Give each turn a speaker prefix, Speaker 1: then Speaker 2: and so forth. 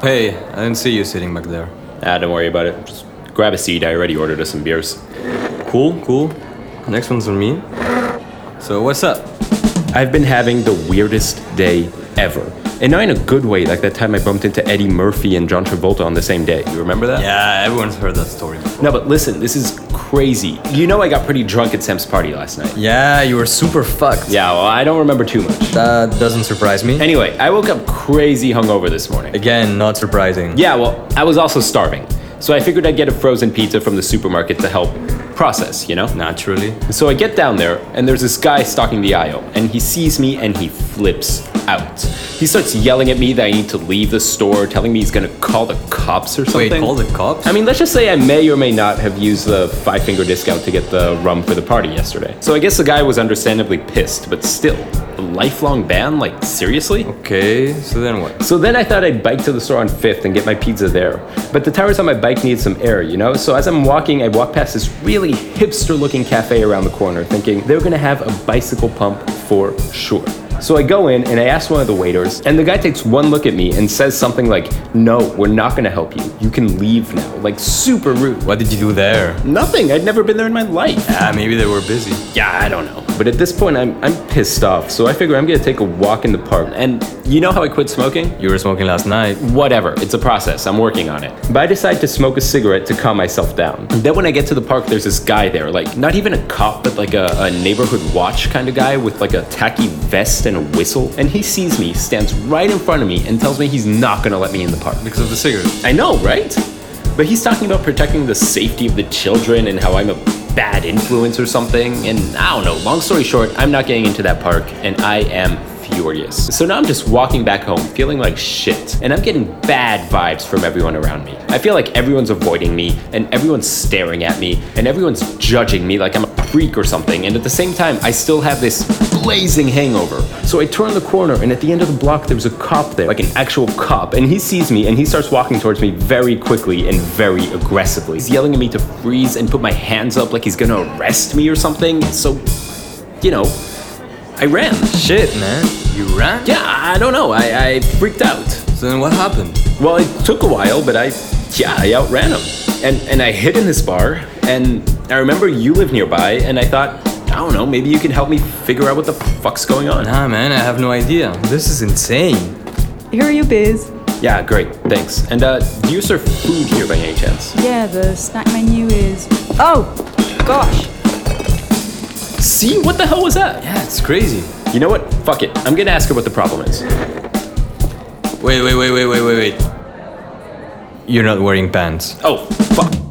Speaker 1: Hey, I didn't see you sitting back there.
Speaker 2: Ah, don't worry about it. Just grab a seat. I already ordered us some beers.
Speaker 1: Cool, cool. Next one's on me. So, what's up?
Speaker 2: I've been having the weirdest day ever. And not in a good way, like that time I bumped into Eddie Murphy and John Travolta on the same day. You remember that?
Speaker 1: Yeah, everyone's heard that story before.
Speaker 2: No, but listen, this is crazy. You know I got pretty drunk at Sam's party last night.
Speaker 1: Yeah, you were super fucked.
Speaker 2: Yeah, well, I don't remember too much.
Speaker 1: That doesn't surprise me.
Speaker 2: Anyway, I woke up crazy hungover this morning.
Speaker 1: Again, not surprising.
Speaker 2: Yeah, well, I was also starving. So I figured I'd get a frozen pizza from the supermarket to help process, you know?
Speaker 1: Naturally.
Speaker 2: So I get down there, and there's this guy stalking the aisle, and he sees me and he flips out. He starts yelling at me that I need to leave the store, telling me he's gonna call the cops or
Speaker 1: Wait,
Speaker 2: something.
Speaker 1: call the cops?
Speaker 2: I mean, let's just say I may or may not have used the five finger discount to get the rum for the party yesterday. So I guess the guy was understandably pissed, but still, a lifelong ban? Like, seriously?
Speaker 1: okay, so then what?
Speaker 2: So then I thought I'd bike to the store on 5th and get my pizza there. But the tires on my bike need some air, you know? So as I'm walking, I walk past this really hipster looking cafe around the corner, thinking they're gonna have a bicycle pump for sure. So I go in and I ask one of the waiters, and the guy takes one look at me and says something like, No, we're not gonna help you. You can leave now. Like, super rude.
Speaker 1: What did you do there?
Speaker 2: Nothing. I'd never been there in my life.
Speaker 1: Ah, maybe they were busy.
Speaker 2: Yeah, I don't know. But at this point, I'm, I'm pissed off, so I figure I'm gonna take a walk in the park. And you know how I quit smoking?
Speaker 1: You were smoking last night.
Speaker 2: Whatever, it's a process, I'm working on it. But I decide to smoke a cigarette to calm myself down. Then when I get to the park, there's this guy there, like not even a cop, but like a, a neighborhood watch kind of guy with like a tacky vest and a whistle. And he sees me, stands right in front of me, and tells me he's not gonna let me in the park.
Speaker 1: Because of the cigarette.
Speaker 2: I know, right? But he's talking about protecting the safety of the children and how I'm a bad influence or something. And I don't know. Long story short, I'm not getting into that park and I am furious. So now I'm just walking back home feeling like shit. And I'm getting bad vibes from everyone around me. I feel like everyone's avoiding me and everyone's staring at me and everyone's judging me like I'm a freak or something. And at the same time, I still have this blazing hangover. So I turn the corner, and at the end of the block, there's a cop there, like an actual cop, and he sees me and he starts walking towards me very quickly and very aggressively. He's yelling at me to freeze and put my hands up like he's gonna arrest me or something. So, you know, I ran.
Speaker 1: Shit, man. You ran?
Speaker 2: Yeah, I don't know. I, I freaked out.
Speaker 1: So then what happened?
Speaker 2: Well, it took a while, but I, yeah, I outran him. And, and I hid in this bar, and I remember you live nearby, and I thought, I don't know, maybe you can help me figure out what the fuck's going on.
Speaker 1: Nah, man, I have no idea. This is insane.
Speaker 3: Here are your beers.
Speaker 2: Yeah, great. Thanks. And uh, do you serve food here by any chance?
Speaker 3: Yeah, the snack menu is. Oh, gosh.
Speaker 2: See, what the hell was that?
Speaker 1: Yeah, it's crazy.
Speaker 2: You know what? Fuck it. I'm gonna ask her what the problem is.
Speaker 1: Wait, wait, wait, wait, wait, wait, wait. You're not wearing pants.
Speaker 2: Oh, fuck.